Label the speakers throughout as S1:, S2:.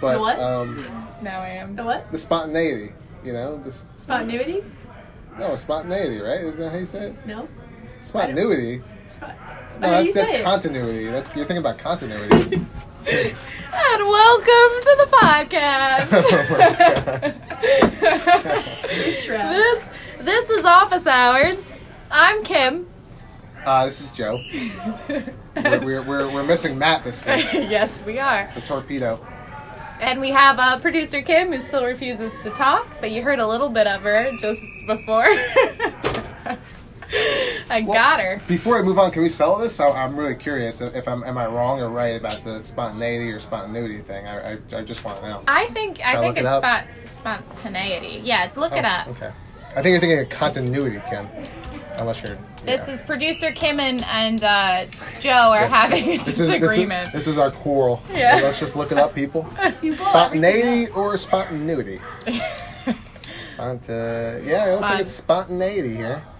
S1: but
S2: The what?
S1: um,
S3: Now I am.
S2: The what?
S1: the spontaneity. You know, this
S2: Spontaneity?
S1: no spontaneity, right? Isn't that how you say it?
S2: No.
S1: Spontaneity.
S2: Spot.
S1: No,
S2: how do you
S1: that's, that's
S2: say it?
S1: continuity. That's you're thinking about continuity.
S3: And welcome to the podcast.
S1: Oh
S2: It's trash.
S3: this this is office hours. I'm Kim.
S1: uh, this is Joe. We're, we're, we're, we're missing Matt this week.
S3: yes, we are.
S1: The torpedo.
S3: And we have uh, producer Kim who still refuses to talk, but you heard a little bit of her just before. I got her.
S1: Before I move on, can we sell this? I, I'm really curious if I'm am I wrong or right about the spontaneity or spontaneity thing. I, I, I just want to know.
S3: I think I
S1: Shall I
S3: think
S1: look it
S3: it's
S1: up?
S3: spot, spontaneity. Yeah, look it
S1: Oh,
S3: up.
S1: Okay. I think you're thinking of continuity, Kim. Unless you're.
S3: This
S1: yeah.
S3: is producer Kim and, and uh, Joe are
S1: Yes,
S3: having a
S1: this is- this is-
S3: disagreement.
S1: This is, our quarrel.
S3: Yeah.
S1: Let's just look it up, people.
S2: You blow everything
S1: Spontaneity or spontaneity? Spont- uh, yeah, I don't
S3: Spont-
S1: think it's spontaneity here.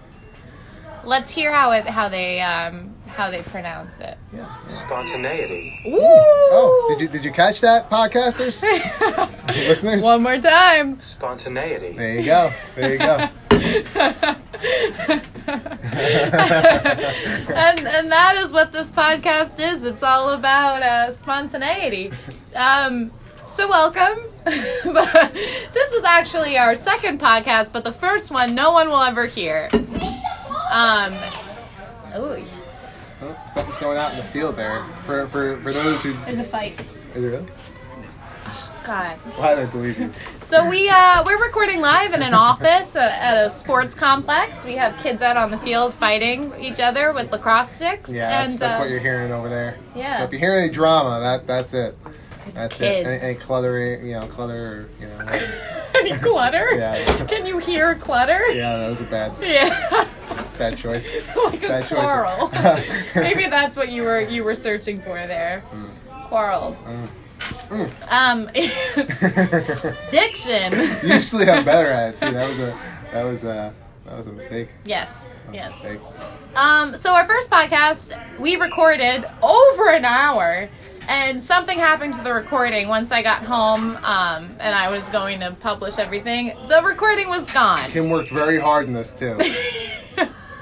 S3: Let's hear how it how they um how they pronounce it.
S1: Yeah.
S4: Spontaneity.
S3: Ooh.
S1: Oh, did you did you catch that, podcasters, listeners?
S3: One more time.
S4: Spontaneity.
S1: There you go. There you go.
S3: And and that is what this podcast is. It's all about uh, spontaneity. Um so welcome. this is actually our second podcast, but the first one no one will ever hear. Um ooh,
S1: Oh, something's going out in the field there. For for for those who
S2: There's a fight.
S1: is it really?
S3: God.
S1: Why do I believe you?
S3: So we uh, we're recording live in an office at, at a sports complex. We have kids out on the field fighting each other with lacrosse sticks.
S1: Yeah, that's, that's
S3: uh,
S1: what you're hearing over there.
S3: yeah.
S1: So if you hear any drama, that that's it.
S3: it's
S1: That's
S3: kids.
S1: it. Any, any clutter, you know, clutter, you know.
S3: Any clutter?
S1: Yeah.
S3: Can you hear clutter?
S1: Yeah, that was a bad
S3: Yeah.
S1: bad choice.
S3: like a
S1: Bad choice.
S3: quarrel. Maybe that's what you were you were searching for there.
S1: Mm.
S3: Quarrels. Um, diction.
S1: Usually I'm better at it too. That was a that was a that was a mistake.
S3: Yes.
S1: That was
S3: Yes.
S1: a mistake.
S3: Um, so our first podcast, we recorded over an hour, and something happened to the recording. Once I got home, um, and I was going to publish everything, the recording was gone.
S1: Kim worked very hard in this too.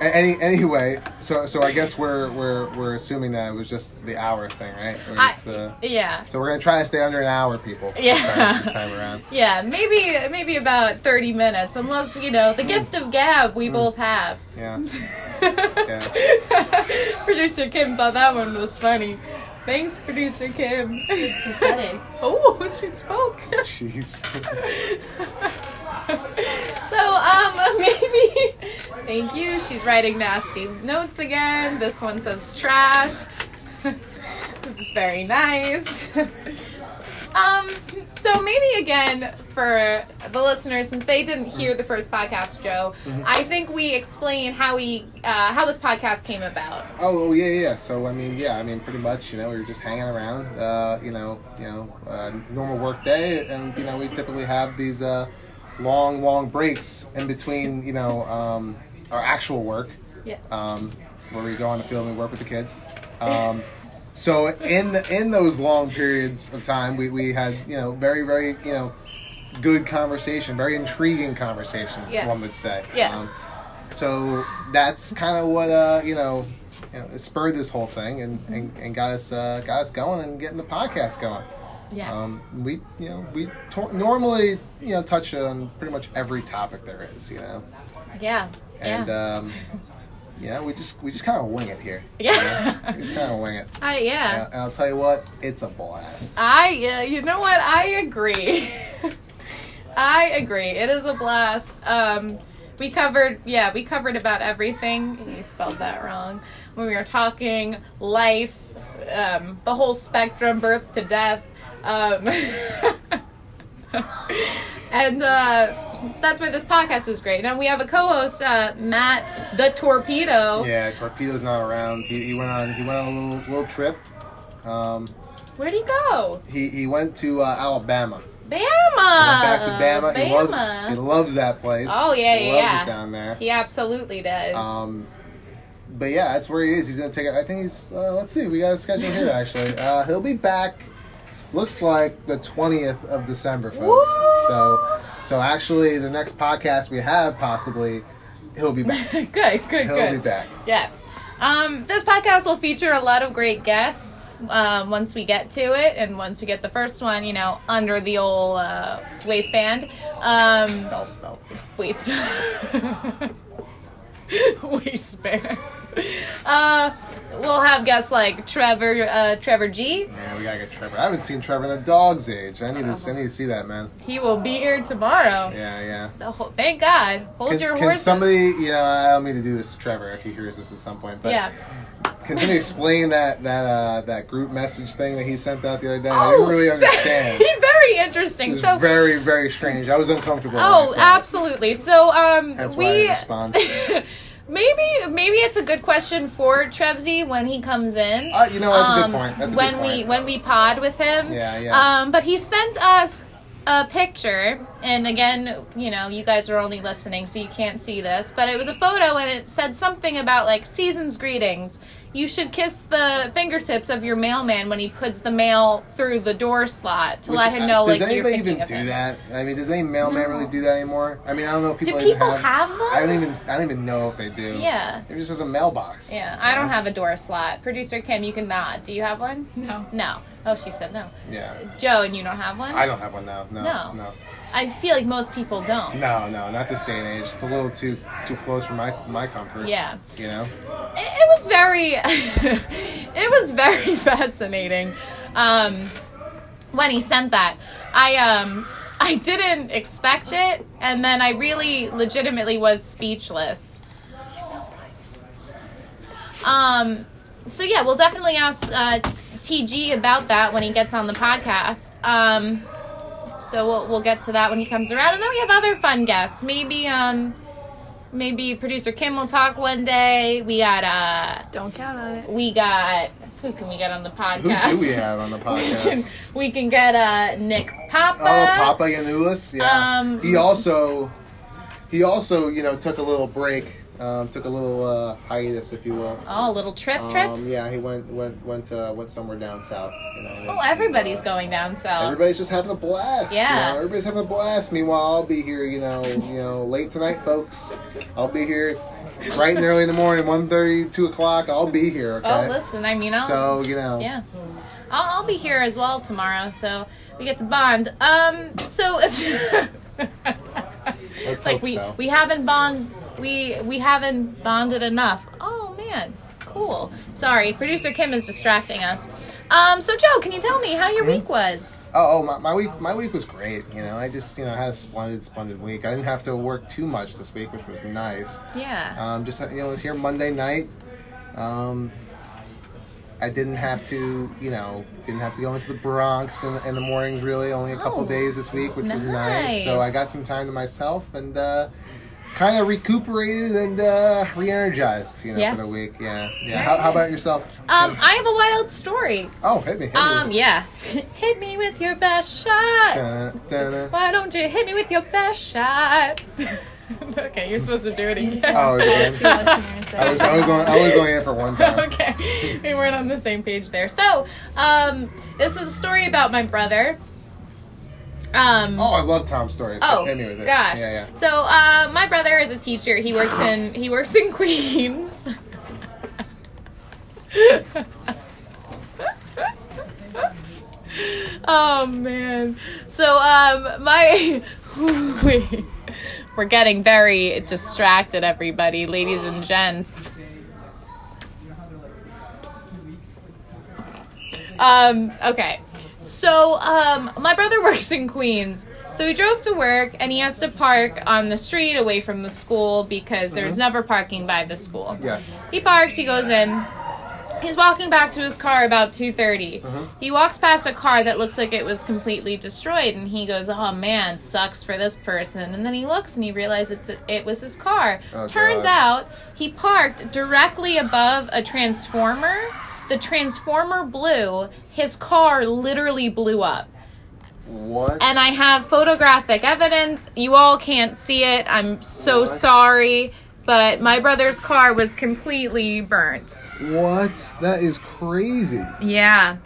S1: A- Any anyway, so so I guess we're we're we're assuming that it was just the hour thing, right? It
S3: I-
S1: was, uh,
S3: Yeah,
S1: so we're gonna try to stay under an hour, people. this
S3: Yeah.
S1: time- This time, around.
S3: yeah, maybe maybe about thirty minutes, unless you know the gift of gab we both have.
S1: Yeah. Yeah.
S3: Producer Kim thought that one was funny. Thanks, producer Kim.
S2: Pathetic.
S3: oh, she spoke.
S1: Jeez.
S3: So, um, maybe. Thank you. She's writing nasty notes again. This one says trash. this is very nice. um, so maybe again for the listeners, since they didn't hear the first podcast, Joe,
S1: Mm-hmm.
S3: I think we explain how we uh, how this podcast came about.
S1: Oh, oh yeah, yeah. So I mean, yeah, I mean, pretty much, you know, we were just hanging around, uh, you know, you know, uh, normal work day, and you know, we typically have these uh, long, long breaks in between, you know, um, our actual work,
S2: Yes.
S1: um, where we go on the field and we work with the kids. Um, so in the, in those long periods of time, we, we had you know very very you know good conversation, very intriguing conversation,
S3: Yes.
S1: one would say.
S3: Yes.
S1: Um, so that's kind of what uh you know, you know spurred this whole thing and,
S3: Mm-hmm.
S1: and, and got us uh, got us going and getting the podcast going.
S3: Yes.
S1: Um, we you know we tor- normally you know touch on pretty much every topic there is you know
S3: yeah.
S1: and
S3: yeah.
S1: um, yeah we just we just kind of wing it here
S3: yeah.
S1: we just kind of wing it
S3: I yeah.
S1: and I'll tell you what it's a blast
S3: I, uh, you know what? I agree. I agree. It is a blast. Um, we covered, yeah, we covered about everything. You spelled that wrong. When we were talking life, um, the whole spectrum, birth to death. Um, and uh, that's why this podcast is great. Now we have a co-host, uh, Matt the Torpedo.
S1: yeah torpedo's not around he, he went on he went on a little little trip um,
S3: Where'd he go?
S1: he he went to uh, Alabama
S3: Bama.
S1: He went back to Bama. He
S3: Bama.
S1: loves he loves that place.
S3: Oh, yeah,
S1: he
S3: yeah,
S1: loves
S3: yeah.
S1: it down there.
S3: He absolutely does.
S1: Um, but yeah, that's where he is. He's gonna take it. I think he's. Uh, let's see. We got a schedule here actually. Uh, he'll be back looks like the 20th of December, folks.
S3: Woo!
S1: So, so actually, the next podcast we have possibly, he'll be back.
S3: good, good, good.
S1: He'll be back.
S3: Yes. Um, this podcast will feature a lot of great guests um, once we get to it, and once we get the first one, you know, under the old uh, waistband. Um,
S1: No, no.
S3: waistband. waistband. Uh, we'll have guests like Trevor, uh, Trevor G.
S1: Man, we gotta get Trevor. I haven't seen Trevor in a dog's age. I need
S3: Uh-huh.
S1: to. I need to see that man.
S3: He will be here tomorrow.
S1: Yeah, yeah.
S3: The whole- thank God. Hold
S1: Can,
S3: your
S1: can
S3: horses.
S1: somebody, you know, I don't mean to do this to Trevor if he hears this at some point, but
S3: yeah.
S1: can somebody explain that that uh, that group message thing that he sent out the other day? I
S3: Oh,
S1: didn't really understand.
S3: very interesting.
S1: It's
S3: So
S1: very, very strange. I was uncomfortable. when I
S3: Oh,
S1: saw it.
S3: absolutely. So, um,
S1: That's why I
S3: we
S1: respond.
S3: maybe maybe it's a good question for Trevzy when he comes in.
S1: Uh, you know, that's a good
S3: Um,
S1: point. That's a
S3: when
S1: good
S3: we
S1: point.
S3: when we pod with him.
S1: Yeah, yeah.
S3: Um, but he sent us a picture, and again, you know, you guys are only listening, so you can't see this, but it was a photo, and it said something about like season's greetings. You should kiss the fingertips of your mailman when he puts the mail through the door slot to
S1: Which,
S3: let him
S1: uh,
S3: know
S1: Does
S3: like you're
S1: anybody
S3: thinking
S1: even
S3: of
S1: do
S3: him.
S1: that? I mean, does any mailman really do that anymore? I mean, I don't know if people. even
S3: people have them?
S1: I don't even. I don't even know if they do.
S3: Yeah.
S1: It just has a mailbox.
S3: Yeah, I don't have a door slot. Producer Kim, you can nod. Do you have one?
S2: No.
S3: No. Oh, she said no.
S1: Yeah.
S3: Joe, and you don't have one?
S1: I don't have one now. No.
S3: No.
S1: No. No.
S3: I feel like most people don't.
S1: No. Not this day and age. It's a little too too close for my my comfort.
S3: Yeah.
S1: You know.
S3: It, it was very, it was very fascinating um, when he sent that. I um, I didn't expect it, and then I really, legitimately was speechless. Um, so yeah, we'll definitely ask uh, T- TG about that when he gets on the podcast. Um, so we'll, we'll get to that when he comes around, and then we have other fun guests. Maybe um, maybe producer Kim will talk one day. We got uh,
S2: Don't count on it.
S3: we got who can we get on the
S1: Who
S3: podcast?
S1: do we have on the
S3: we, can,
S1: podcast?
S3: we can get uh Nick Papa.
S1: oh, Papa Yanulis. Yeah.
S3: Um,
S1: he also he also you know took a little break. Um, took a little uh, hiatus, if you will.
S3: Oh, a little trip trip.
S1: Um, yeah, he went went went uh, went somewhere down south. You know, uh,
S3: oh, everybody's going down south.
S1: Everybody's just having a blast. you
S3: Yeah.
S1: know, everybody's having a blast. Meanwhile, I'll be here, you know, you know, late tonight, folks. I'll be here bright and early in the morning, 1.30, 2 o'clock. I'll be here. Okay.
S3: Oh, listen, I mean, I'll,
S1: so you know,
S3: yeah, I'll, I'll be here as well tomorrow, so we get to bond. Um, so
S1: let's
S3: it's like
S1: hope
S3: we
S1: so.
S3: we haven't bond we we haven't bonded enough. Oh man, cool. Sorry, producer Kim is distracting us. Um, so Joe, can you tell me how your
S1: Hmm?
S3: week was?
S1: Oh, oh my, my week my week was great. You know, I just you know had a splendid splendid week. I didn't have to work too much this week, which was nice.
S3: Yeah.
S1: Um, just you know, I was here Monday night. Um, I didn't have to, you know, didn't have to go into the Bronx in, in the mornings. Really, only a couple
S3: Oh,
S1: days this week, which was nice. So I
S3: nice.
S1: got some time to myself and uh, kind of recuperated and uh, re-energized, you know, for
S3: Yes.
S1: the week. Yeah, yeah. How, how about yourself? Uh,
S3: Um, I have a wild story.
S1: oh, hit me. Hit me
S3: Um,
S1: with it.
S3: yeah. Hit me with your best shot.
S1: Dun, dun, dun.
S3: Why don't you hit me with your best shot? okay, you're supposed to do it
S2: You just
S3: again.
S1: Oh,
S2: lost
S1: is
S2: two listeners there.
S1: I was, I was on, I was only in for one time.
S3: okay, we weren't on the same page there. So, um, this is a story about my brother. Um,
S1: Oh, I love Tom's stories.
S3: Oh
S1: hit me with it.
S3: gosh!
S1: Yeah, yeah.
S3: So uh, my brother is a teacher. He works in he works in Queens. oh man! So um, my we're getting very distracted, everybody, ladies and gents. Um, okay. So, um, my brother works in Queens. So he drove to work and he has to park on the street away from the school because there's never parking by the school.
S1: Yes.
S3: He parks, he goes in. He's walking back to his car about 2:30.
S1: Uh-huh.
S3: He walks past a car that looks like it was completely destroyed and he goes, "Oh man, sucks for this person." And then he looks and he realizes it's it was his car.
S1: Oh,
S3: Turns
S1: God.
S3: out he parked directly above a transformer. The transformer blew. His car literally blew up
S1: What?
S3: and I have photographic evidence. You all can't see it. I'm so
S1: What?
S3: sorry, but my brother's car was completely burnt.
S1: What? That is crazy.
S3: Yeah.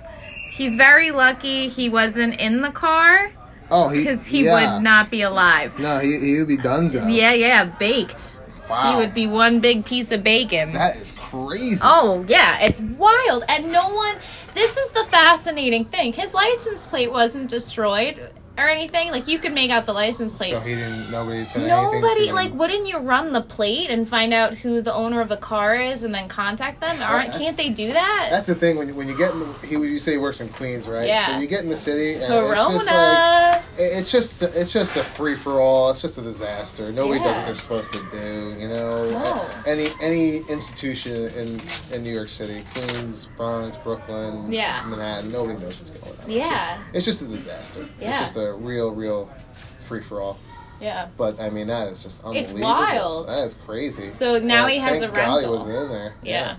S3: He's very lucky he wasn't in the car
S1: Oh, he
S3: because he
S1: yeah.
S3: would not be alive.
S1: No, he he would be dunzo.
S3: Yeah, yeah, baked.
S1: Wow.
S3: He would be one big piece of bacon.
S1: That is crazy.
S3: Oh yeah, it's wild, and no one. This is the fascinating thing. His license plate wasn't destroyed or anything. Like you could make out the license plate.
S1: So he didn't. Nobody said anything. to
S3: Nobody
S1: him.
S3: like wouldn't you run the plate and find out who the owner of the car is and then contact them? Aren't
S1: Oh, that's-
S3: can't they do that?
S1: That's the thing when you, when you get in the, he you say he works in Queens, right?
S3: Yeah.
S1: So you get in the city and it's just like
S3: Corona.
S1: it- it's just it's just a free for all. It's just a disaster. Nobody does
S3: Yeah.
S1: what they're supposed to do. You know,
S3: No.
S1: any any institution in in New York City, Queens, Bronx, Brooklyn,
S3: Yeah.
S1: Manhattan, nobody knows what's going on. It's
S3: Yeah.
S1: just- it's just, a disaster. It's
S3: Yeah.
S1: just a real real free for all.
S3: yeah.
S1: But I mean, that is just
S3: It's
S1: unbelievable.
S3: wild.
S1: That is crazy.
S3: So now
S1: Well,
S3: he has
S1: thank
S3: a
S1: God he
S3: rental.
S1: wasn't in there.
S3: Yeah.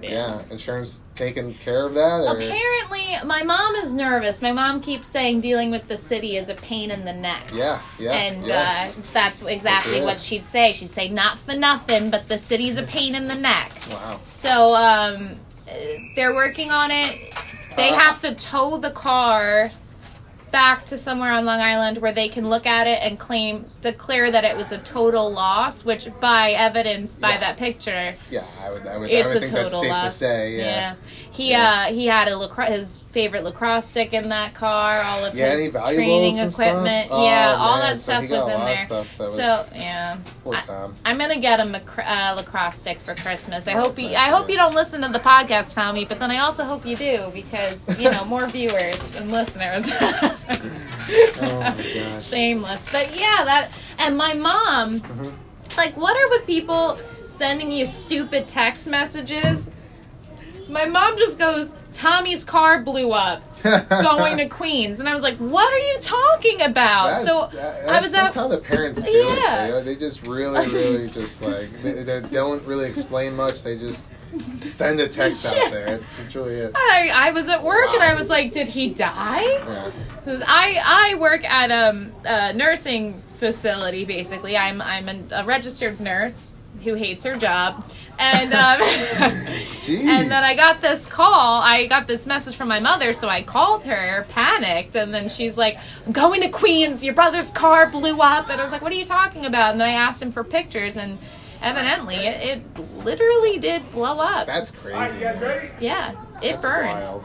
S1: Yeah. Yeah. Insurance taking care of that. Or...
S3: Apparently, my mom is nervous. My mom keeps saying dealing with the city is a pain in the neck.
S1: Yeah. Yeah.
S3: And
S1: yeah.
S3: uh, that's exactly
S1: Yes, it
S3: what
S1: is.
S3: she'd say. She'd say, "Not for nothing, but the city's a pain in the neck."
S1: wow.
S3: So um, uh, they're working on it. They
S1: Uh,
S3: have to tow the car back to somewhere on Long Island where they can look at it and claim declare that it was a total loss, which by evidence by
S1: Yeah.
S3: that picture,
S1: Yeah. I would. I would. I
S3: it's
S1: would
S3: a
S1: think
S3: total
S1: that's safe
S3: loss.
S1: to say. Yeah.
S3: He
S1: Yeah.
S3: uh he had a lacrosse his favorite lacrosse stick in that car, all of
S1: Yeah, any
S3: his
S1: valuables
S3: training
S1: and
S3: equipment.
S1: stuff? Oh,
S3: yeah, all
S1: man,
S3: that
S1: so
S3: stuff
S1: he got
S3: was
S1: a
S3: in
S1: lot of
S3: there.
S1: stuff that was-
S3: so yeah.
S1: Poor
S3: I-
S1: Tom.
S3: I'm gonna get him a cr- uh, lacrosse stick for Christmas. I
S1: Oh,
S3: hope
S1: that's
S3: you.
S1: nice,
S3: I hope
S1: yeah.
S3: you don't listen to the podcast, Tommy. But then I also hope you do because you know more viewers and listeners.
S1: Oh my gosh.
S3: Shameless, but yeah, that. And my mom,
S1: Mm-hmm.
S3: like, what are with people sending you stupid text messages? My mom just goes, "Tommy's car blew up." Going to Queens, and I was like, "What are you talking about?"
S1: That-
S3: Uh, so
S1: that-
S3: I was
S1: that's
S3: at
S1: how the parents do
S3: Yeah.
S1: it. You know, they just really, really just like they, they don't really explain much. They just send a text
S3: Yeah.
S1: out there. It's, it's really it.
S3: I, I was at work and I
S1: Wow.
S3: was like, did he die?
S1: Yeah.
S3: 'Cause I, I work at um, a nursing facility, basically. I'm, I'm an, a registered nurse who hates her job. And, um,
S1: Jeez.
S3: and then I got this call. I got this message from my mother, so I called her, panicked. And then she's like, I'm going to Queens. Your brother's car blew up. And I was like, what are you talking about? And then I asked him for pictures. And evidently, it, it literally did blow up.
S1: That's crazy. man.
S3: yeah, it
S1: That's
S3: burned.
S1: wild.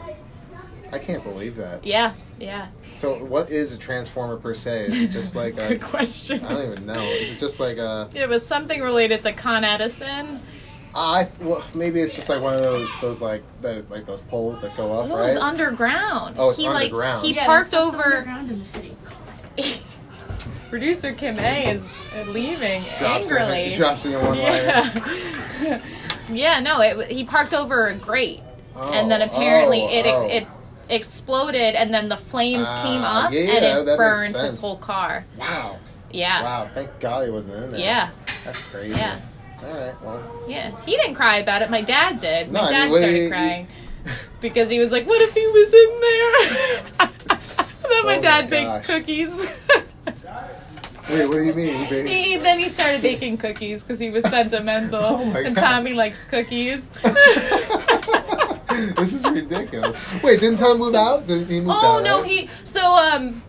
S1: I can't believe that.
S3: Yeah, yeah.
S1: So, what is a transformer per se? Is it just like a,
S3: Good question.
S1: I don't even know. Is it just like a?
S3: It was something related to Con Edison.
S1: I well, maybe it's just like one of those those like the, like those poles that go up,
S3: No,
S1: right?
S3: Oh, it's underground.
S1: Oh, it's
S3: he
S1: underground.
S3: like he
S2: Yeah,
S3: parked
S2: there's stuff
S3: over.
S2: underground in the city.
S3: Producer Kim A is uh, leaving
S1: drops
S3: angrily.
S1: In, it drops in your one liner.
S3: yeah. yeah, no, it, he parked over a grate,
S1: Oh,
S3: and then apparently
S1: oh,
S3: it
S1: oh.
S3: it exploded, and then the flames
S1: Ah,
S3: came up,
S1: yeah,
S3: and
S1: that makes
S3: it burned
S1: sense.
S3: his whole car.
S1: Wow.
S3: Yeah.
S1: Wow. Thank God he wasn't in there.
S3: Yeah,
S1: That's crazy.
S3: Yeah.
S1: All right. Well.
S3: yeah. He didn't cry about it. My dad did. My
S1: No, I
S3: dad
S1: mean,
S3: started
S1: we-
S3: crying. because he was like, "What if he was in there?" then my
S1: Oh my gosh.
S3: dad baked cookies.
S1: Wait. What do you mean? Baby?
S3: he, then he started baking cookies because he was sentimental,
S1: Oh my
S3: and
S1: God.
S3: Tommy likes cookies.
S1: this is ridiculous. Wait, didn't Tom move out? Did he move out?
S3: oh no,
S1: right?
S3: he so um.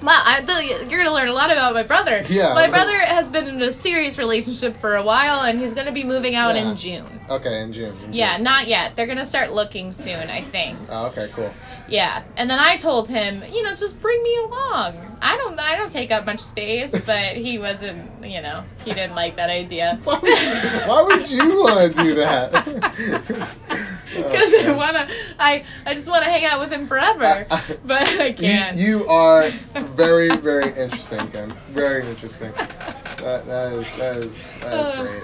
S3: Wow, I, the, you're gonna learn a lot about my brother.
S1: Yeah.
S3: my brother has been in a serious relationship for a while, and he's gonna be moving out
S1: Yeah.
S3: in June.
S1: Okay, in June. in
S3: Yeah,
S1: June.
S3: not yet. They're gonna start looking soon, I think.
S1: Oh, okay, cool.
S3: Yeah, and then I told him, you know, just bring me along. I don't, I don't take up much space, but he wasn't, you know, he didn't like that idea
S1: Why would, why would you want to do that? Oh,
S3: because I
S1: Okay.
S3: wanna, I, I just wanna hang out with him forever,
S1: I- I-
S3: but I
S1: You,
S3: can't.
S1: you are very, very interesting, Kim. Very interesting. That, that is that is that is
S3: Uh,
S1: great.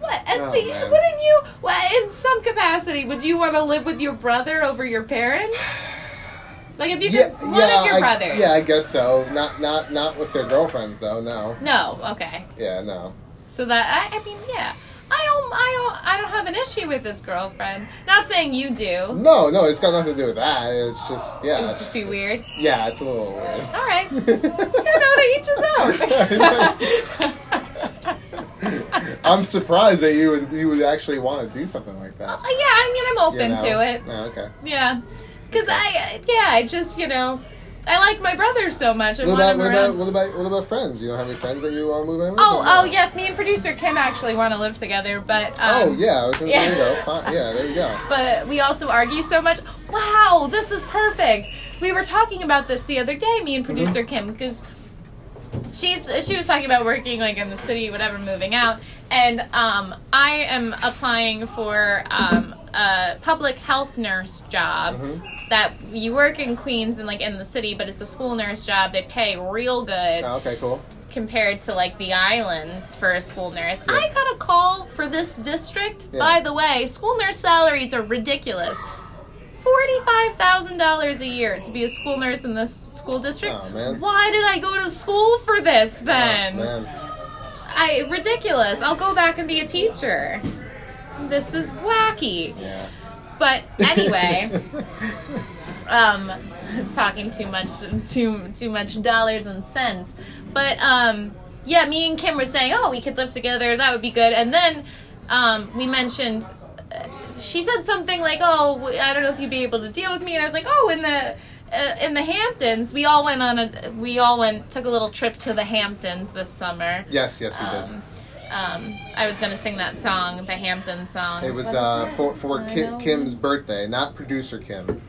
S3: what? At
S1: Oh,
S3: the,
S1: man.
S3: wouldn't you? Well, in some capacity, would you want to live with your brother over your parents? Like if you
S1: Yeah,
S3: could, one
S1: yeah,
S3: of your
S1: I,
S3: brothers.
S1: yeah. I guess so. Not not not with their girlfriends though. No.
S3: No. Okay.
S1: Yeah, no.
S3: So that I, I mean, yeah. I don't, I don't, I don't have an issue with this girlfriend. Not saying you do.
S1: No, no. It's got nothing to do with that. It's just yeah.
S3: It would
S1: it's
S3: just be weird.
S1: Yeah, it's a little weird.
S3: All right. You know, to each his own.
S1: I'm surprised that you would you would actually want to do something like that.
S3: yeah, Uh, I mean, I'm
S1: You
S3: open
S1: know?
S3: to it.
S1: Oh, okay.
S3: Yeah. Because I, yeah, I just, you know, I like my brother so much. I
S1: What
S3: want
S1: about
S3: him
S1: what
S3: around.
S1: about what about what about friends? You don't have any friends that you want to move in with?
S3: Oh,
S1: Or no?
S3: oh, yes. Me and producer Kim actually want to live together, but um,
S1: Oh yeah, I was in the
S3: Yeah.
S1: window. Fine. Yeah, there you go.
S3: But we also argue so much. Wow, this is perfect. We were talking about this the other day, me and producer Kim, because she's she was talking about working like in the city, whatever, moving out, and um, I am applying for um, a public health nurse job. That you work in Queens and like in the city, but it's a school nurse job. They pay real good
S1: Oh, okay, cool.
S3: compared to like the island for a school nurse. I got a call for this district.
S1: Yeah.
S3: By the way, school nurse salaries are ridiculous. Forty-five thousand dollars a year to be a school nurse in this school district.
S1: Oh, man.
S3: Why did I go to school for this
S1: Oh,
S3: then?
S1: man.
S3: I ridiculous. I'll go back and be a teacher. This is wacky.
S1: Yeah.
S3: But anyway, um, talking too much, too too much dollars and cents. But um, yeah, me and Kim were saying, oh, we could live together. That would be good. And then um, we mentioned. uh, She said something like, "Oh, w- I don't know if you'd be able to deal with me," and I was like, "Oh, in the uh, in the Hamptons, we all went on a we all went took a little trip to the Hamptons this summer."
S1: yes, yes, we did.
S3: Um, um, I was gonna sing that song, the Hamptons song.
S1: It was
S3: What is
S1: uh,
S3: Oh, that?
S1: for for
S3: I
S1: Ki-
S3: know.
S1: Kim's birthday, not producer Kim.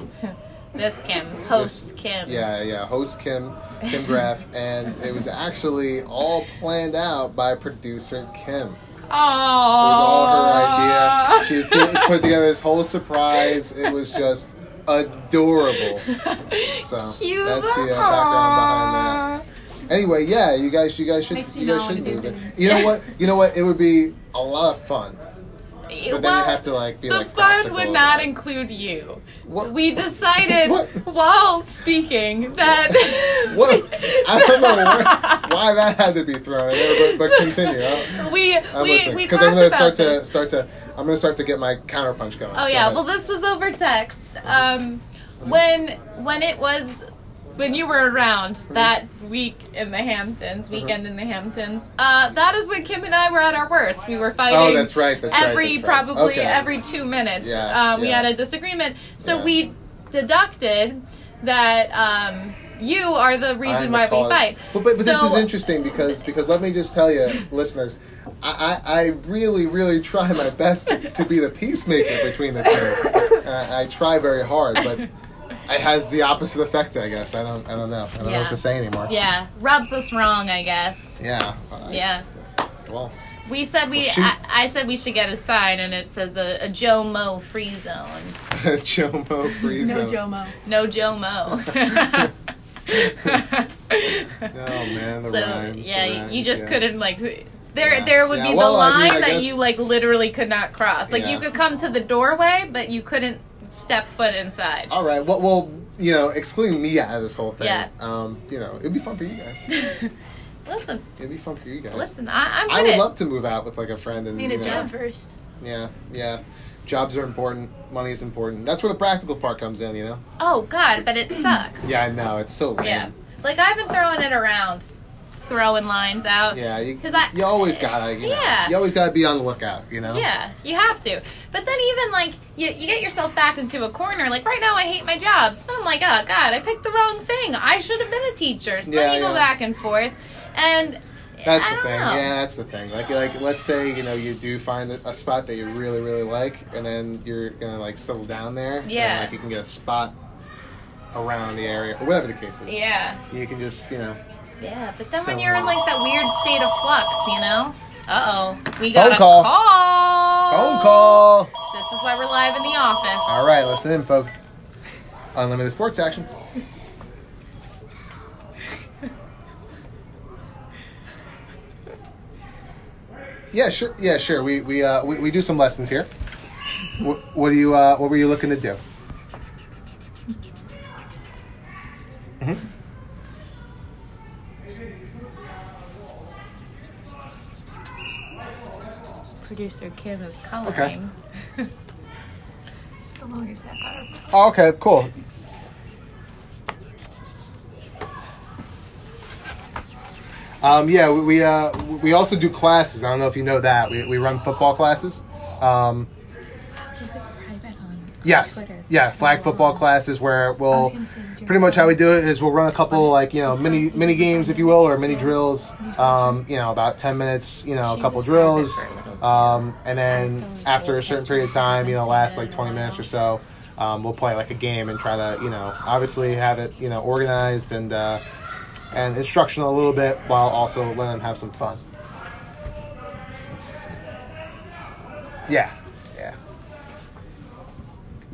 S3: This Kim, host Kim.
S1: Yeah, yeah, host Kim, Kim Graff, and it was actually all planned out by producer Kim.
S3: Oh.
S1: It was all her idea. She put- put together this whole surprise. It was just adorable. So
S3: Cute.
S1: that's the uh, background behind that.
S3: Aw.
S1: Anyway, yeah, you guys, you guys should,
S2: Makes me
S1: you guys
S2: not
S1: should
S2: wanna do
S1: move it.
S2: things.
S1: You know what? You know what? It would be a lot of fun,
S3: It-
S1: but then you
S3: well,
S1: have to like be
S3: the
S1: like
S3: fun
S1: practical
S3: would
S1: about
S3: not
S1: it.
S3: include you.
S1: What?
S3: We decided
S1: What?
S3: while speaking that.
S1: What? I don't know where, why that had to be thrown in there, but, but continue. I'll,
S3: We
S1: I'm
S3: we
S1: listening
S3: we
S1: because
S3: talked
S1: I'm gonna
S3: about
S1: start
S3: this.
S1: to start to I'm gonna start to get my counterpunch going.
S3: Oh
S1: Go
S3: yeah.
S1: ahead.
S3: Well, this was over text. Um, when when it was when you were around that week in the Hamptons,
S1: Uh-huh.
S3: weekend in the Hamptons, uh, that is when Kim and I were at our worst. We were fighting.
S1: oh, that's right. That's right,
S3: every
S1: that's right.
S3: probably
S1: Okay.
S3: every two minutes.
S1: Yeah,
S3: um, We
S1: yeah.
S3: had a disagreement, so
S1: Yeah.
S3: we deducted that um, you are the reason
S1: I'm
S3: why
S1: the cause.
S3: we fight.
S1: But, but, but this
S3: So-
S1: is interesting because because let me just tell you, listeners, I, I, I really really try my best to, to be the peacemaker between the two. Uh, I try very hard, but it has the opposite effect. I guess I don't I don't know I don't know
S3: Yeah.
S1: what to say anymore.
S3: Yeah, rubs us wrong, I guess.
S1: Yeah. I-
S3: Yeah.
S1: Well,
S3: We said we.
S1: Well, shoot.
S3: I, I said we should get a sign, and it says a, a Joe Mo free zone.
S1: Jomo Frieza.
S2: No Jomo.
S3: No Joe Mo.
S1: Oh man, the
S3: so
S1: rhymes. the
S3: yeah,
S1: rhymes,
S3: you just
S1: yeah.
S3: couldn't like. There,
S1: Yeah.
S3: there would
S1: Yeah,
S3: be
S1: well,
S3: the
S1: I mean,
S3: line
S1: I
S3: that
S1: guess-
S3: you like literally could not cross. Like
S1: Yeah.
S3: you could come to the doorway, but you couldn't step foot inside.
S1: All right. Well, well, you know, excluding me out of this whole thing.
S3: Yeah.
S1: Um, you know, it'd be fun for you guys.
S3: listen,
S1: It'd be fun for you guys.
S3: listen, I, I'm
S1: I
S3: with
S1: would
S3: it.
S1: love to move out with like a friend and
S2: Need
S1: you
S2: a
S1: know,
S2: job first.
S1: Yeah, yeah. Jobs are important. Money is important. That's where the practical part comes in. You know.
S3: oh God, but it sucks.
S1: Yeah, I know. It's so lame.
S3: yeah. Like I've been throwing it around, throwing lines out.
S1: Yeah. You,
S3: 'Cause I-
S1: you always gotta. You know,
S3: Yeah.
S1: You always gotta be on the lookout. You know.
S3: Yeah, you have to. But then even like you, you get yourself backed into a corner. Like right now, I hate my jobs. Then I'm like, oh God, I picked the wrong thing. I should have been a teacher. So
S1: Yeah,
S3: then you go
S1: yeah.
S3: back and forth, and
S1: That's
S3: I
S1: the
S3: don't
S1: thing.
S3: know.
S1: Yeah, that's the thing. Like, like, let's say you know you do find a, a spot that you really, really like, and then you're gonna like settle down there.
S3: Yeah.
S1: And, like you can get a spot around the area or whatever the case is.
S3: yeah,
S1: You can just you know
S3: yeah. But then
S1: So-
S3: when you're in like that weird state of flux, you know. Uh oh, we got
S1: Phone
S3: a
S1: call.
S3: call.
S1: phone call.
S3: This is why we're live in the office.
S1: All right, listen in, folks. Unlimited sports action. yeah, sure. Yeah, sure. We we uh, we, we do some lessons here. What, what do you uh, What were you looking to do? Mhm.
S3: Producer Kim is coloring.
S2: It's the longest half hour.
S1: Oh, okay, cool. Um, yeah, we we, uh, we also do classes. I don't know if you know that. We, we run football classes. Um,
S2: It was private, hon.
S1: Yes.
S3: Twitter.
S1: Yes. Flag football class is where we'll pretty much how we do it is we'll run a couple like you know mini mini games if you will or mini drills. Um, you know about ten minutes. You know a couple drills, um, and then after a certain period of time, you know last like twenty minutes or so, um, we'll play like a game and try to you know obviously have it you know organized and uh, and instructional a little bit while also letting them have some fun. Yeah. Yeah.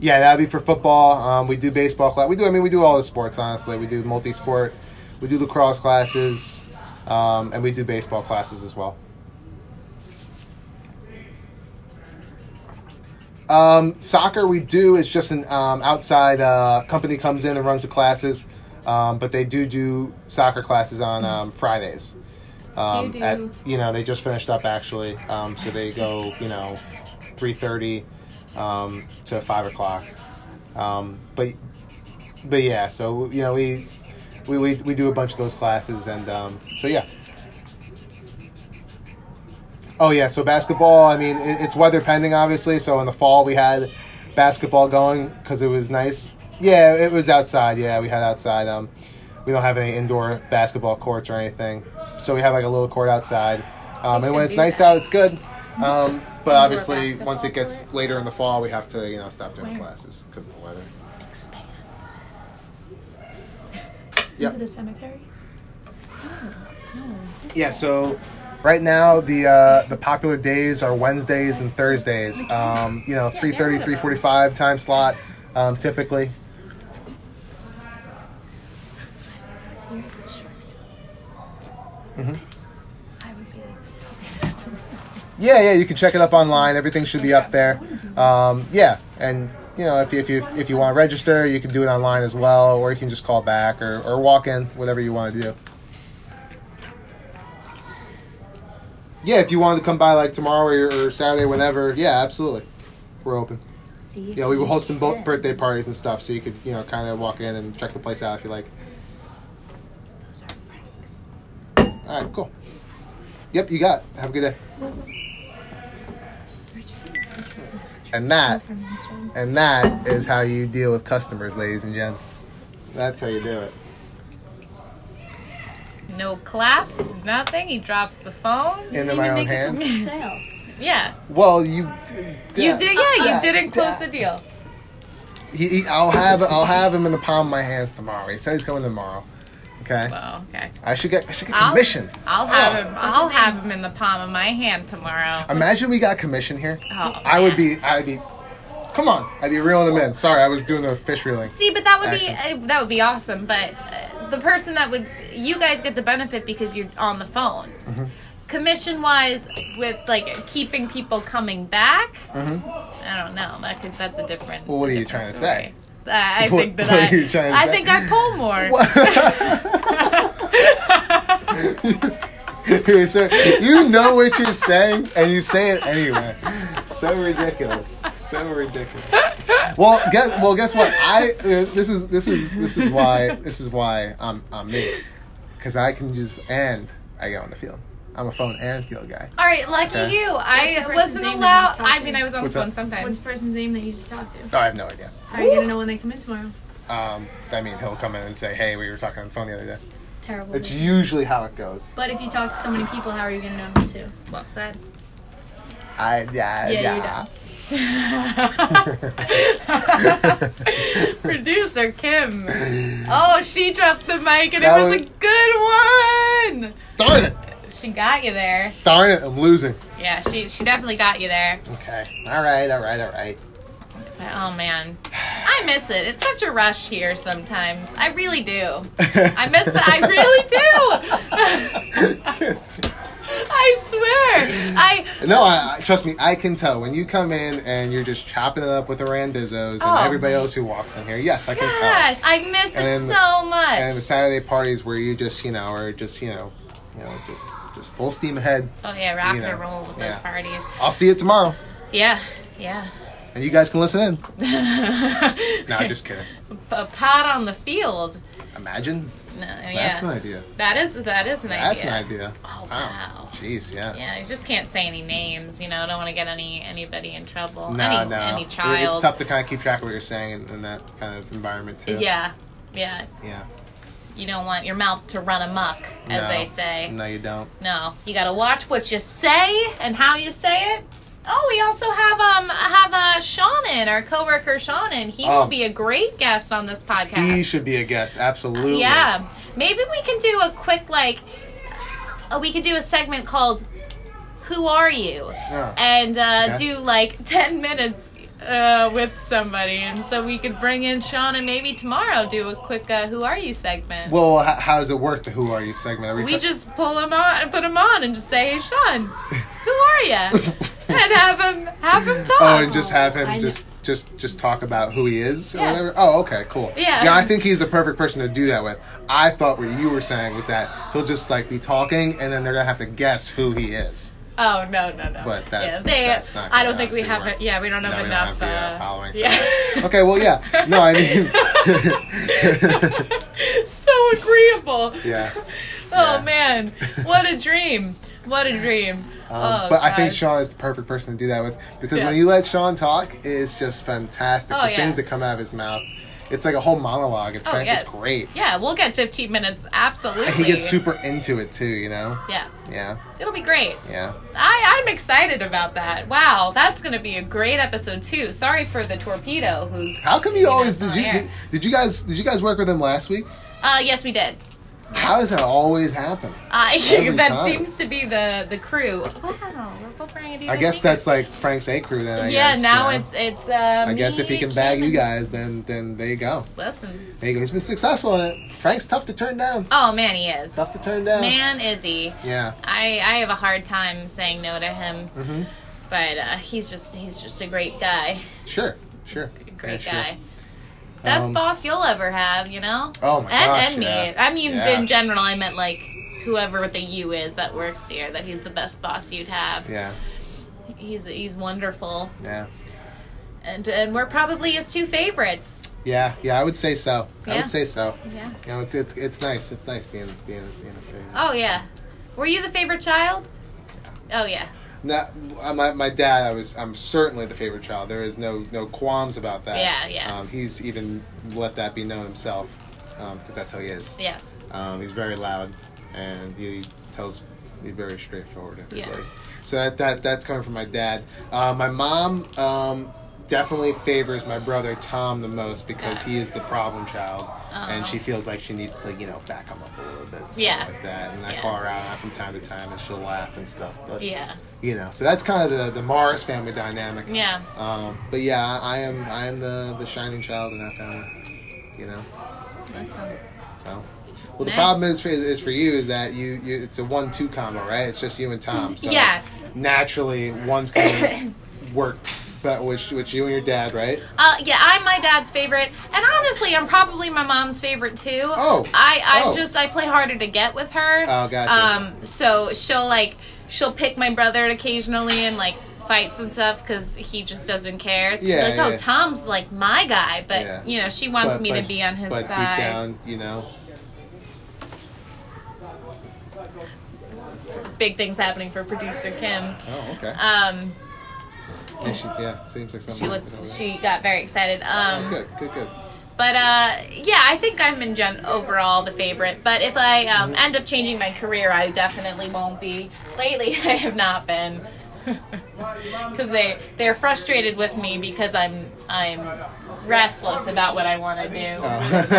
S1: Yeah, that'd be for football. Um, we do baseball class. We do. I mean, we do all the sports. Honestly, we do multi-sport. We do lacrosse classes, um, and we do baseball classes as well. Um, soccer we do is just an um, outside uh, company comes in and runs the classes, um, but they do do soccer classes on um, Fridays. Um,
S3: Do you
S1: at
S3: do-
S1: you know they just finished up actually, um, so they go you know three thirty um, to five o'clock. Um, but but yeah, so you know we we, we we do a bunch of those classes and um, so yeah. Oh yeah, so basketball. I mean, it, it's weather pending, obviously. So in the fall, we had basketball going because it was nice. Yeah, it was outside. Yeah, we had outside. Um, we don't have any indoor basketball courts or anything, so we have like a little court outside. Um,
S3: We
S1: and when
S3: should
S1: it's
S3: do
S1: nice
S3: that.
S1: out, it's good. Um, but obviously,
S3: basketball
S1: once it gets
S3: court?
S1: later in the fall, we have to you know stop doing
S2: Where?
S1: classes because of the weather.
S2: Expand.
S1: Yep.
S2: Into the cemetery?
S1: Yeah, so right now the uh, the popular days are Wednesdays and Thursdays. Um, you know, 3.30, 3.45 time slot um, typically.
S2: I would be.
S1: Yeah, yeah, you can check it up online. Everything should be up there. Um, yeah, and you know, if you, if you if you want to register, you can do it online as well, or you can just call back or, or walk in, whatever you want to do. Yeah, if you wanted to come by like tomorrow or, or Saturday, whenever, yeah, absolutely, we're open.
S2: See?
S1: Yeah, we were hosting both birthday parties and stuff, so you could, you know, kind of walk in and check the place out if you like.
S2: Those are breaks.
S1: All right, cool. Yep, you got. it. Have a good day.
S2: Rich food, rich food. That's true.
S1: And that,
S2: From that's wrong.
S1: and that is how you deal with customers, ladies and gents. That's how you do it.
S3: No claps, nothing. He drops the phone. You
S1: Into
S3: didn't
S1: my
S3: even
S1: own
S3: make a
S1: hands.
S3: complaint.
S2: Sale.
S3: Yeah.
S1: Well, you. did
S3: You
S1: that.
S3: did, yeah.
S1: Yeah.
S3: You didn't close the deal.
S1: He, he, I'll have, I'll have him in the palm of my hands tomorrow. He said he's coming tomorrow. Okay.
S3: Well, okay.
S1: I should get, I should get
S3: I'll-
S1: commission.
S3: I'll have
S1: Oh.
S3: him. I'll have him in the palm of my hand tomorrow.
S1: Imagine we got commission here.
S3: Oh,
S1: I would
S3: man.
S1: be, I'd be. Come on, I'd be reeling him in. Sorry, I was doing the fish reeling.
S3: See, but that would be uh, that would be awesome. But uh, the person that would you guys get the benefit because you're on the phones.
S1: Mm-hmm.
S3: Commission wise, with like keeping people coming back, I don't know. That could, that's a different.
S1: Mm-hmm. Well, what are you trying
S3: different
S1: to
S3: story.
S1: say?
S3: Uh, I
S1: What-
S3: think that
S1: what
S3: I,
S1: are you trying to
S3: I
S1: say?
S3: think I pull more.
S1: You're so- you know what you're saying, and you say it anyway. So ridiculous. So ridiculous. Well, guess well, guess what? I uh, this is this is this is why this is why I'm I'm me, because I can just and I get on the field. I'm a phone and field guy.
S3: All right, lucky
S1: Okay.
S3: you.
S2: What's the
S3: I
S2: person's
S3: wasn't
S2: name that you
S3: allowed.
S2: just
S3: I
S2: talked
S3: mean,
S2: to?
S3: I was on
S1: What's
S3: the phone
S1: that?
S2: What's the
S3: sometimes.
S2: person's name that you just talked to?
S1: Oh, I have no idea.
S2: How are you gonna know when they come in tomorrow?
S1: Um, I mean, he'll come in and say, "Hey, we were talking on the phone the other day."
S2: Terrible.
S1: It's
S2: business.
S1: usually how it goes.
S2: But if you talk to so many people, how are you gonna know who's who?
S3: Well said.
S1: I yeah
S2: Yeah, you
S1: yeah.
S3: Producer Kim. Oh, she dropped the mic and
S1: That
S3: it was,
S1: was-
S3: a good one.
S1: Darn it!
S3: She got you there.
S1: Darn it! I'm losing.
S3: Yeah, she she definitely got you there.
S1: Okay. All right. All right. All right.
S3: But, oh man, I miss it. It's such a rush here sometimes. I really do. I miss that. I really do. I swear. I
S1: No, I, I trust me. I can tell when you come in and you're just chopping it up with the Randizzos and
S3: Oh.
S1: everybody else who walks in here. Yes, I can tell.
S3: gosh, I miss
S1: And-
S3: it so much.
S1: And the Saturday parties where you just you know are just you know, you know just just full steam ahead.
S3: oh yeah, rock
S1: you know,
S3: and roll with
S1: yeah.
S3: those parties.
S1: I'll see you tomorrow,
S3: Yeah, yeah.
S1: and you guys can listen in. No, just kidding.
S3: a pot on the field.
S1: Imagine
S3: No, Oh, yeah.
S1: that's an idea.
S3: That is that is an
S1: That's
S3: idea.
S1: an idea.
S3: Oh
S1: Wow.
S3: wow.
S1: Jeez, yeah.
S3: Yeah, I just can't say any names. You know, I don't want to get any anybody in trouble.
S1: No,
S3: any,
S1: no.
S3: any
S1: It-
S3: child.
S1: It's tough to kind of keep track of what you're saying in, in that kind of environment too.
S3: Yeah, yeah.
S1: Yeah.
S3: You don't want your mouth to run amok, as
S1: No.
S3: they say.
S1: No, you don't.
S3: No, you gotta watch what you say and how you say it. Oh, we also have um have uh Shannon, our coworker Shannon. He
S1: Oh.
S3: will be a great guest on this podcast.
S1: He should be a guest. Absolutely.
S3: Yeah, maybe we can do a quick like. uh, We could do a segment called "Who Are You,"
S1: Yeah.
S3: and uh,
S1: Okay.
S3: do like ten minutes uh, with somebody, and so we could bring in Sean and maybe tomorrow do a quick uh, "Who Are You" segment.
S1: Well, how, how does it work? The Who Are You segment? Are
S3: we
S1: try-
S3: just pull him on and put him on and just say, "Hey, Sean, who are you?" and have him have him talk.
S1: Oh, and just have him
S2: I kn-
S1: just just just talk about who he is or
S3: Yeah.
S1: whatever. Oh, okay, cool.
S3: Yeah.
S1: Yeah, I think he's the perfect person to do that with. I thought what you were saying was that he'll just like be talking, and then they're gonna have to guess who he is.
S3: Oh no no no!
S1: But that-
S3: yeah, they,
S1: that's not
S3: I don't
S1: gonna
S3: think we
S1: obviously
S3: have.
S1: work.
S3: it. Yeah, we don't have
S1: No, we don't
S3: enough.
S1: have the, uh, following
S3: uh,
S1: for
S3: yeah.
S1: Okay, well, yeah. No, I mean,
S3: so agreeable.
S1: yeah.
S3: Oh
S1: Yeah.
S3: man, what a dream! What a dream!
S1: Um,
S3: oh,
S1: but I think
S3: God.
S1: Sean is the perfect person to do that with because
S3: Yeah.
S1: when you let Sean talk, it's just fantastic.
S3: Oh,
S1: the
S3: yeah.
S1: things that come out of his mouth, it's like a whole monologue. It's
S3: Oh,
S1: fan-
S3: yes.
S1: it's great.
S3: Yeah, we'll get 15 minutes. Absolutely.
S1: And he gets super into it too. You know.
S3: Yeah,
S1: Yeah.
S3: it'll be great.
S1: Yeah.
S3: I, I'm excited about that. Wow, that's going to be a great episode too. Sorry for the torpedo. Who's?
S1: How come you always
S3: that's
S1: did
S3: on
S1: you
S3: air.
S1: did, did you guys did you guys work with him last week?
S3: Uh, yes, we did.
S1: How does that always happen?
S3: Uh,
S1: Every
S3: that
S1: time.
S3: seems to be the the crew. Wow, we're both wearing Adidas
S1: I guess
S3: sneakers.
S1: that's like Frank's A crew then. I
S3: yeah,
S1: guess,
S3: now
S1: you know?
S3: it's it's. Uh,
S1: I guess if he
S3: me,
S1: can bag
S3: Kim,
S1: you
S3: and-
S1: guys, then then there you go.
S3: Listen,
S1: There you go. He's been successful in it. Frank's tough to turn down.
S3: oh man, he is.
S1: Tough to turn down.
S3: Man, is he?
S1: Yeah.
S3: I, I have a hard time saying no to him,
S1: Mm-hmm.
S3: but uh, he's just he's just a great guy,
S1: Sure. Sure.
S3: great
S1: Yeah, sure.
S3: guy. Best
S1: Um,
S3: boss you'll ever have, you know.
S1: Oh my
S3: and,
S1: gosh,
S3: and me.
S1: yeah.
S3: I mean,
S1: Yeah.
S3: in general, I meant like whoever the you is that works here. That he's the best boss you'd have.
S1: Yeah.
S3: He's he's wonderful,
S1: Yeah.
S3: and and we're probably his two favorites.
S1: Yeah. Yeah. I would say so. I
S3: Yeah.
S1: would say so.
S3: Yeah.
S1: You know, it's it's it's nice. It's nice being being being a fan.
S3: Oh yeah. Were you the favorite child? Oh yeah.
S1: Not, uh, my, my dad, I was I'm certainly the favorite child. There is no no qualms about that.
S3: Yeah, yeah.
S1: Um, he's even let that be known himself, because that's how he is.
S3: Yes.
S1: Um, he's very loud, and he tells me very straightforward every day.
S3: Yeah.
S1: So that, that that's coming from my dad. Uh, my mom um, definitely favors my brother Tom the most because he is the problem child, and she feels like she needs to you know back him up a little bit, stuff
S3: Uh-huh. Yeah.
S1: like that. And I
S3: Yeah.
S1: call her out from time to time, and she'll laugh and stuff. But
S3: Yeah.
S1: you know, so that's kind of the, the Morris family dynamic.
S3: Yeah.
S1: Um, but yeah, I I am I am the the shining child in that family. You know.
S3: Awesome.
S1: So, well, the
S3: Nice.
S1: problem is for, is for you is that you, you it's a one-two combo, right? It's just you and Tom. So
S3: Yes.
S1: Naturally, one's going to work, but which which you and your dad, right?
S3: Uh, yeah, I'm my dad's favorite, and honestly, I'm probably my mom's favorite too.
S1: Oh.
S3: I I
S1: Oh.
S3: just I play harder to get with her.
S1: Oh, gotcha.
S3: Um, so she'll like she'll pick my brother occasionally and like fights and stuff because he just doesn't care. So
S1: Yeah,
S3: she's like, oh,
S1: yeah.
S3: Tom's like my guy, but
S1: Yeah.
S3: you know she wants
S1: But-
S3: me
S1: but-
S3: to be on his
S1: but
S3: side.
S1: deep down, you know.
S3: Big things happening for producer Kim.
S1: Oh, okay.
S3: Um,
S1: yeah, she, yeah, seems like something.
S3: she looked she got very excited. Um,
S1: Oh, Good, good, good.
S3: But uh, yeah, I think I'm in gen overall the favorite. But if I um, end up changing my career, I definitely won't be. Lately, I have not been, because they they're frustrated with me because I'm I'm restless about what I want to do in my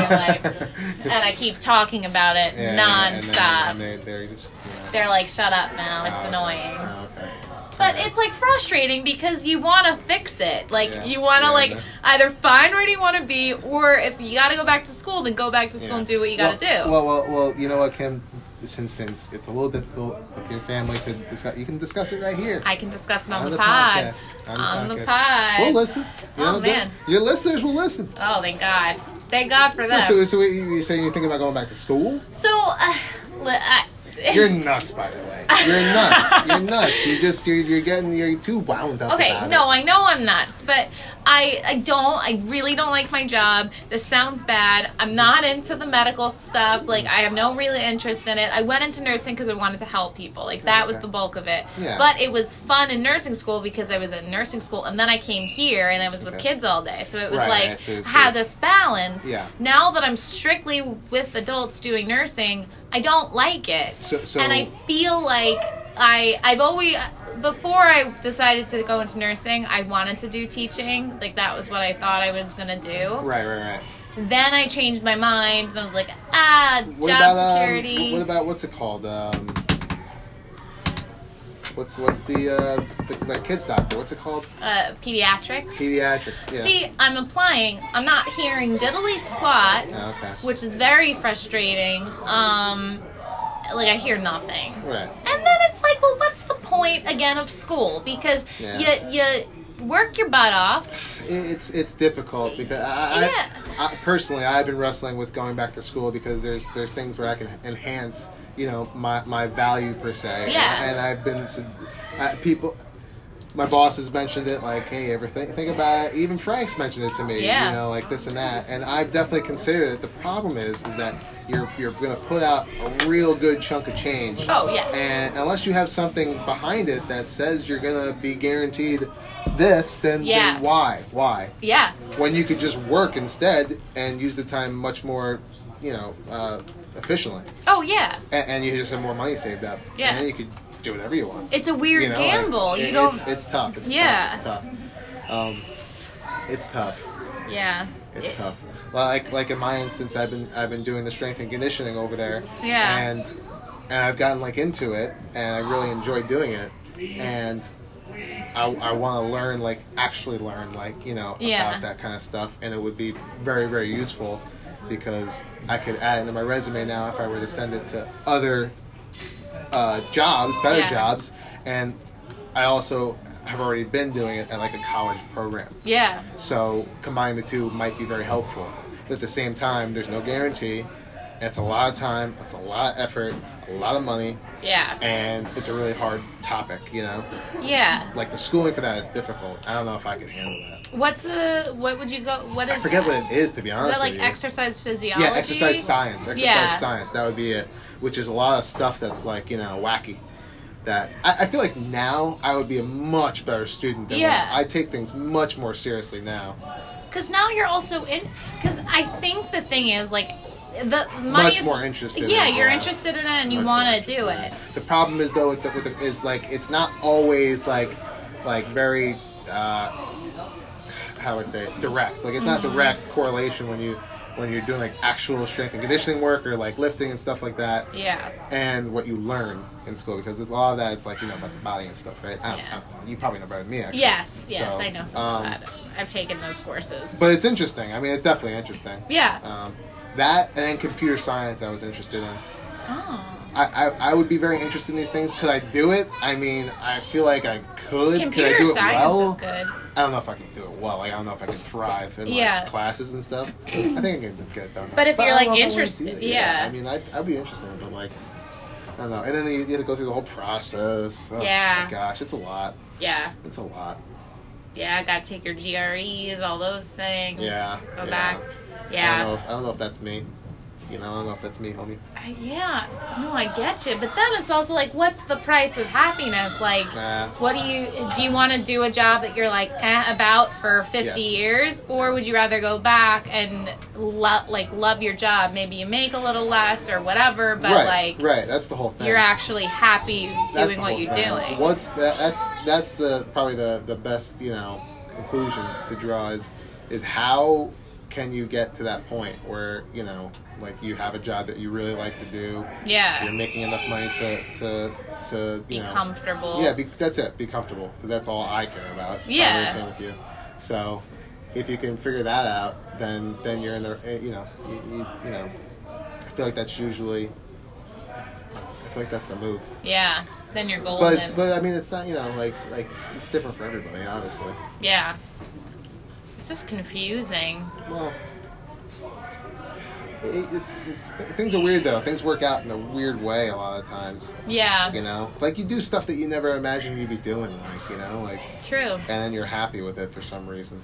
S3: life, and I keep talking about it
S1: Yeah, and then-
S3: nonstop.
S1: And, they, they're just. You know,
S3: they're like, "Shut up now! It's
S1: oh,
S3: annoying."
S1: Oh, okay.
S3: But it's like frustrating because you want to fix it. Like
S1: Yeah.
S3: you want to
S1: Yeah,
S3: like
S1: no.
S3: either find where you want to be, or if you got to go back to school, then go back to school
S1: Yeah.
S3: and do what you got to
S1: well,
S3: do.
S1: Well, well, well, you know what, Kim? Since since it's a little difficult with your family to discuss, you can discuss it right here.
S3: I can discuss it on,
S1: on
S3: the,
S1: the
S3: pod.
S1: podcast.
S3: On the
S1: podcast.
S3: pod.
S1: We'll listen. You
S3: Oh,
S1: know, the-
S3: man.
S1: your listeners will listen.
S3: Oh, thank God! Thank God for that.
S1: So,
S3: So,
S1: so wait, you, so you think about going back to school?
S3: uh, li- I,
S1: You're nuts, by the way. You're nuts. You're nuts. You just you're, you're getting you're too wound up.
S3: Okay,
S1: about
S3: no,
S1: It.
S3: I know I'm nuts, but I I don't I really don't like my job. This sounds bad. I'm not into the medical stuff. Like I have no real interest in it. I went into nursing because I wanted to help people. Like that was
S1: Okay.
S3: the bulk of it.
S1: Yeah.
S3: But it was fun in nursing school because I was in nursing school, and then I came here and I was with
S1: Okay.
S3: kids all day. So it was
S1: Right,
S3: like
S1: right, so it's-
S3: had this balance.
S1: Yeah.
S3: Now that I'm strictly with adults doing nursing, I don't like it
S1: So so
S3: and I feel like I I've always before I decided to go into nursing, I wanted to do teaching. Like that was what I thought I was gonna do.
S1: right right right.
S3: Then I changed my mind and I was like, ah,
S1: What
S3: job
S1: about um,
S3: security.
S1: what about what's it called? Um, what's what's the uh the, the kids doctor? What's it called?
S3: uh, pediatrics.
S1: Pediatric. Yeah.
S3: See, I'm applying. I'm not hearing diddly squat,
S1: Oh, okay.
S3: which is very frustrating. Um, like I hear nothing.
S1: Right.
S3: And then it's like, well, what's the point again of school? Because
S1: Yeah.
S3: you you work your butt off.
S1: It- It's it's difficult because I, I,
S3: Yeah.
S1: I personally I've been wrestling with going back to school because there's there's things where I can enhance you know my my value per se.
S3: Yeah.
S1: And, I've been s- uh, people. My boss has mentioned it, like, hey, ever think, think about it? Even Frank's mentioned it to me,
S3: Yeah.
S1: you know, like this and that. And I've definitely considered it. The problem is, is that you're you're gonna put out a real good chunk of change.
S3: Oh yes.
S1: And unless you have something behind it that says you're gonna be guaranteed this, then,
S3: Yeah.
S1: then why? Why?
S3: yeah.
S1: When you could just work instead and use the time much more, you know, uh, efficiently,
S3: Oh yeah.
S1: and, and you just have more money saved up.
S3: Yeah.
S1: And then you could do whatever you want.
S3: It's a weird
S1: you know, like,
S3: gamble.
S1: it-
S3: you don't.
S1: It's, it's tough. It's
S3: Yeah.
S1: Tough. It's tough. Um, it's tough.
S3: yeah.
S1: It's
S3: It-
S1: tough. Like like in my instance, I've been I've been doing the strength and conditioning over there.
S3: Yeah.
S1: And and I've gotten like into it, and I really enjoy doing it, and. I, I want to learn, like actually learn, like you know,
S3: Yeah.
S1: about that kind of stuff, and it would be very, very useful because I could add it into my resume now if I were to send it to other uh, jobs, better
S3: Yeah.
S1: jobs, and I also have already been doing it at like a college program.
S3: Yeah.
S1: So combining the two might be very helpful. But at the same time, there's no guarantee. It's a lot of time. It's a lot of effort. A lot of money,
S3: Yeah.
S1: and it's a really hard topic. You know,
S3: Yeah.
S1: like the schooling for that is difficult. I don't know if I could handle that.
S3: What's a what would you go? What is?
S1: I forget
S3: that?
S1: what it is to be
S3: Is
S1: honest.
S3: that like
S1: with you.
S3: exercise physiology?
S1: Yeah, exercise science. Exercise
S3: Yeah.
S1: science. That would be it. Which is a lot of stuff that's like you know wacky. That I, I feel like now I would be a much better student. Than when-
S3: Yeah.
S1: I take things much more seriously now.
S3: Because now you're also in. Because I think the thing is like the money
S1: Much
S3: is-
S1: more interested in
S3: Yeah,
S1: it,
S3: you're
S1: yeah.
S3: interested in it and you
S1: Much more
S3: want to
S1: interested
S3: do
S1: in
S3: it.
S1: uh, The problem is though with the, with the is like it's not always like like very uh, how would I say it? direct. Like it's not
S3: Mm-hmm.
S1: direct correlation when you when you're doing like actual strength and conditioning work or like lifting and stuff like that
S3: Yeah.
S1: and what you learn in school because there's a lot of that it's like you know about the body and stuff right I don't, I don't
S3: Yeah.
S1: know. you probably know better than me actually.
S3: Yes. Yes,
S1: So,
S3: I know some
S1: um,
S3: of that. I've taken those courses.
S1: but it's interesting I mean it's definitely interesting
S3: yeah.
S1: um, that and then computer science I was interested in
S3: oh.
S1: I, I, I would be very interested in these things. Could I do it? I mean, I feel like I could. could I
S3: Computer
S1: do it
S3: science
S1: well?
S3: is good.
S1: I don't know if I can do it well. Like, I don't know if I can thrive in like,
S3: Yeah.
S1: classes and stuff. I think I can get it done.
S3: But if you're,
S1: I don't
S3: like,
S1: know if I wanna do
S3: interested-
S1: it.
S3: yeah.
S1: I mean, I, I'd be interested, in it, but like, I don't know. And then you, you have to go through the whole process. Oh,
S3: Yeah.
S1: My gosh, it's a lot.
S3: Yeah.
S1: It's a lot.
S3: Yeah. Got to take your GREs, all those things.
S1: Yeah,
S3: Go
S1: yeah.
S3: back.
S1: I
S3: Yeah.
S1: don't know if, I don't know if that's me. You know, I don't know if that's me, homie.
S3: I- Yeah, no, I get you. But then it's also like, what's the price of happiness? Like,
S1: Nah.
S3: what do you do? You want to do a job that you're like eh, about for fifty
S1: Yes.
S3: years, or would you rather go back and lo- like love your job? Maybe you make a little less or whatever, but
S1: right.
S3: like
S1: right. That's the whole thing.
S3: you're actually happy
S1: That's
S3: doing
S1: the
S3: what
S1: whole
S3: you're
S1: thing.
S3: doing.
S1: What's that? That's that's the probably the the best you know conclusion to draw is is how can you get to that point where you know like you have a job that you really like to do,
S3: Yeah,
S1: you're making enough money to to to
S3: be
S1: you know
S3: comfortable.
S1: yeah be, that's it be comfortable because that's all I care about. if I'm
S3: Yeah.
S1: really same with you. So if you can figure that out, then then you're in the eh, you know you, you, you know I feel like that's usually I feel like that's the move.
S3: yeah. Then you're golden.
S1: But it's, but I mean, it's not you know like like it's different for everybody, obviously.
S3: yeah, it's just confusing.
S1: Well, it, it's, it's things are weird though. Things work out in a weird way a lot of times.
S3: Yeah.
S1: You know, like you do stuff that you never imagined you'd be doing. Like you know, like
S3: True.
S1: and then you're happy with it for some reason.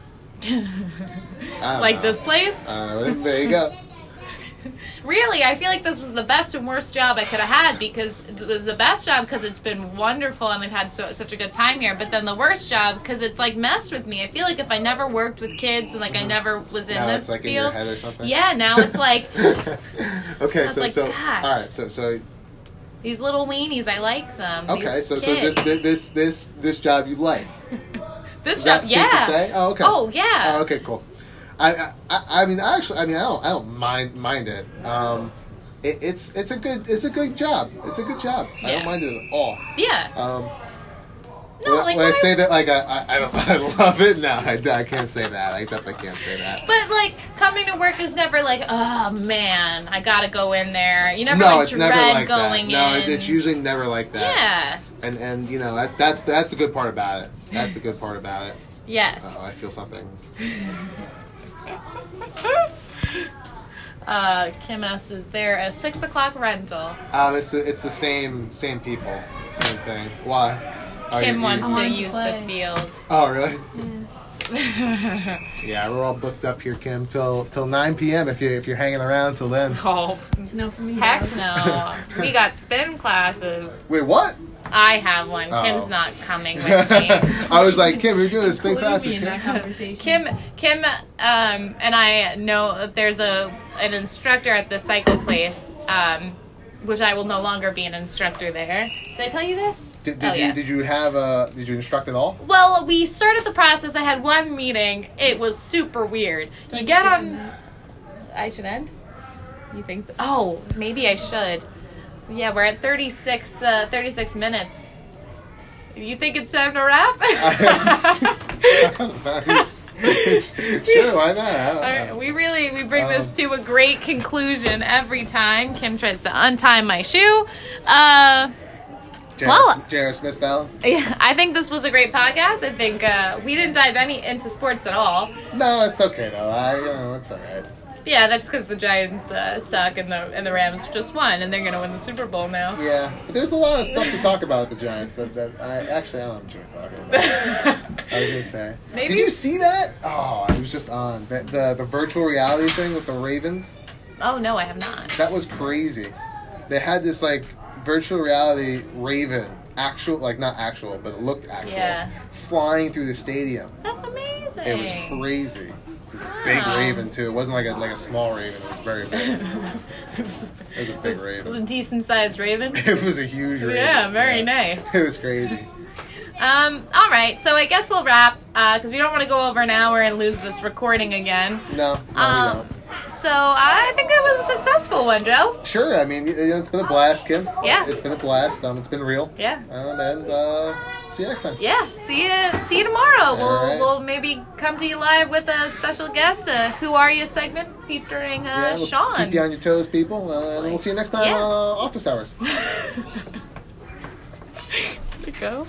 S1: I don't
S3: Like
S1: know.
S3: this place?
S1: Uh, there you go.
S3: Really, I feel like this was the best and worst job I could have had because it was the best job because it's been wonderful and I've had so, such a good time here. But then the worst job because it's like messed with me. I feel like if I never worked with kids and like I never was in
S1: Mm-hmm. now
S3: this
S1: it's like in your
S3: field,
S1: head or something.
S3: yeah, now it's like
S1: okay,
S3: was
S1: so
S3: like,
S1: so
S3: gosh.
S1: all right, so so
S3: these little weenies. I like them.
S1: okay,
S3: these
S1: so so this
S3: kids.
S1: this this this, this job you like.
S3: This
S1: Is
S3: job,
S1: that safe
S3: yeah.
S1: to say? Oh, okay.
S3: Oh yeah.
S1: Oh, okay, cool. I, I- I I mean I actually I mean I don't I don't mind mind it. Um, it, it's it's a good it's a good job. It's a good job. I
S3: Yeah.
S1: don't mind it at all.
S3: yeah.
S1: Um,
S3: No,
S1: when,
S3: like
S1: when I
S3: what
S1: say that like I I, I, don't, I love it. No, I, I can't say that. I definitely can't say that.
S3: But like coming to work is never like, oh man, I gotta go in there. You never
S1: no,
S3: like
S1: it's
S3: dread
S1: never like
S3: going
S1: that. No,
S3: in.
S1: it, it's usually never like that.
S3: yeah.
S1: And and you know that, that's that's the good part about it. That's the good part about it.
S3: Yes.
S1: Oh, I feel something. Uh,
S3: Uh, Kim S is there a six o'clock rental?
S1: Um, it's the it's the same same people, same thing. Why? Oh, you-
S3: Kim
S1: you-
S3: wants to
S2: wanted to
S3: use
S2: play.
S3: the field.
S1: Oh really?
S3: oh,
S1: Yeah, we're all booked up here, Kim, till till 9 p.m. If you if you're hanging around till then.
S2: It's a no for me.
S3: heck
S2: dog.
S3: no! we got spin classes.
S1: Wait, what?
S3: I have one. Kim's
S1: Oh.
S3: not coming with me.
S1: I was like, Kim, you're doing this thing
S2: Include
S1: fast.
S2: me
S1: with
S2: in that
S1: Kim.
S2: conversation.
S3: Kim, Kim, um, and I know that there's a an instructor at the cycle place, um, which I will no longer be an instructor there. Did I tell you this?
S1: Did, did
S3: Oh,
S1: you
S3: yes.
S1: did you have a did you instruct at all?
S3: Well, we started the process. I had one meeting. It was super weird. You
S2: Like,
S3: get
S2: sit
S3: on. I should end? You think so? Oh, maybe I should. Yeah, we're at 36, uh, 36 minutes. You think it's time to wrap?
S1: sure, why not? I don't know.
S3: All right, we really we bring this
S1: Um,
S3: to a great conclusion every time. Kim tries to untie my shoe. Uh,
S1: Janet-
S3: Well-
S1: Janet Smith style?
S3: yeah, I think this was a great podcast. I think uh, we didn't dive any into sports at all.
S1: No, it's okay though. I you know it's all right.
S3: Yeah, that's because the Giants uh, suck and the and the Rams just won, and they're gonna win the Super Bowl now.
S1: Yeah, but there's a lot of stuff to talk about with the Giants that, that I actually I don't enjoy talking about. I was gonna say.
S3: Maybe-
S1: Did you see that? Oh, it was just on the, the the virtual reality thing with the Ravens.
S3: oh no, I have not.
S1: That was crazy. They had this like virtual reality Raven, actual like not actual, but it looked actual,
S3: Yeah.
S1: flying through the stadium.
S3: That's amazing.
S1: It was crazy. It's a big
S3: Wow.
S1: Raven too. It wasn't like a like a small Raven. It was very big.
S3: it was,
S1: It was a
S3: it
S1: big
S3: was- it was
S1: Raven.
S3: a decent sized Raven.
S1: It was a huge Raven.
S3: Yeah, very nice.
S1: It was crazy.
S3: Um, all right, so I guess we'll wrap because we don't want to go over an hour and lose this recording again.
S1: No, no, we
S3: Um,
S1: don't.
S3: so I think it was a successful one, Joe.
S1: Sure, I mean, it- it's been a blast, Kim.
S3: Yeah.
S1: It's, it's been a blast. Um, it's been real.
S3: Yeah.
S1: Um, and uh, see you next time.
S3: Yeah. See you. See you tomorrow. We'll
S1: All right.
S3: we'll maybe come to you live with a special guest, a "Who Are You" segment featuring
S1: Yeah,
S3: uh,
S1: we'll
S3: Sean.
S1: Keep you on your toes, people. Uh, and we'll see you next time
S3: Yeah.
S1: on uh, Office Hours.
S3: go.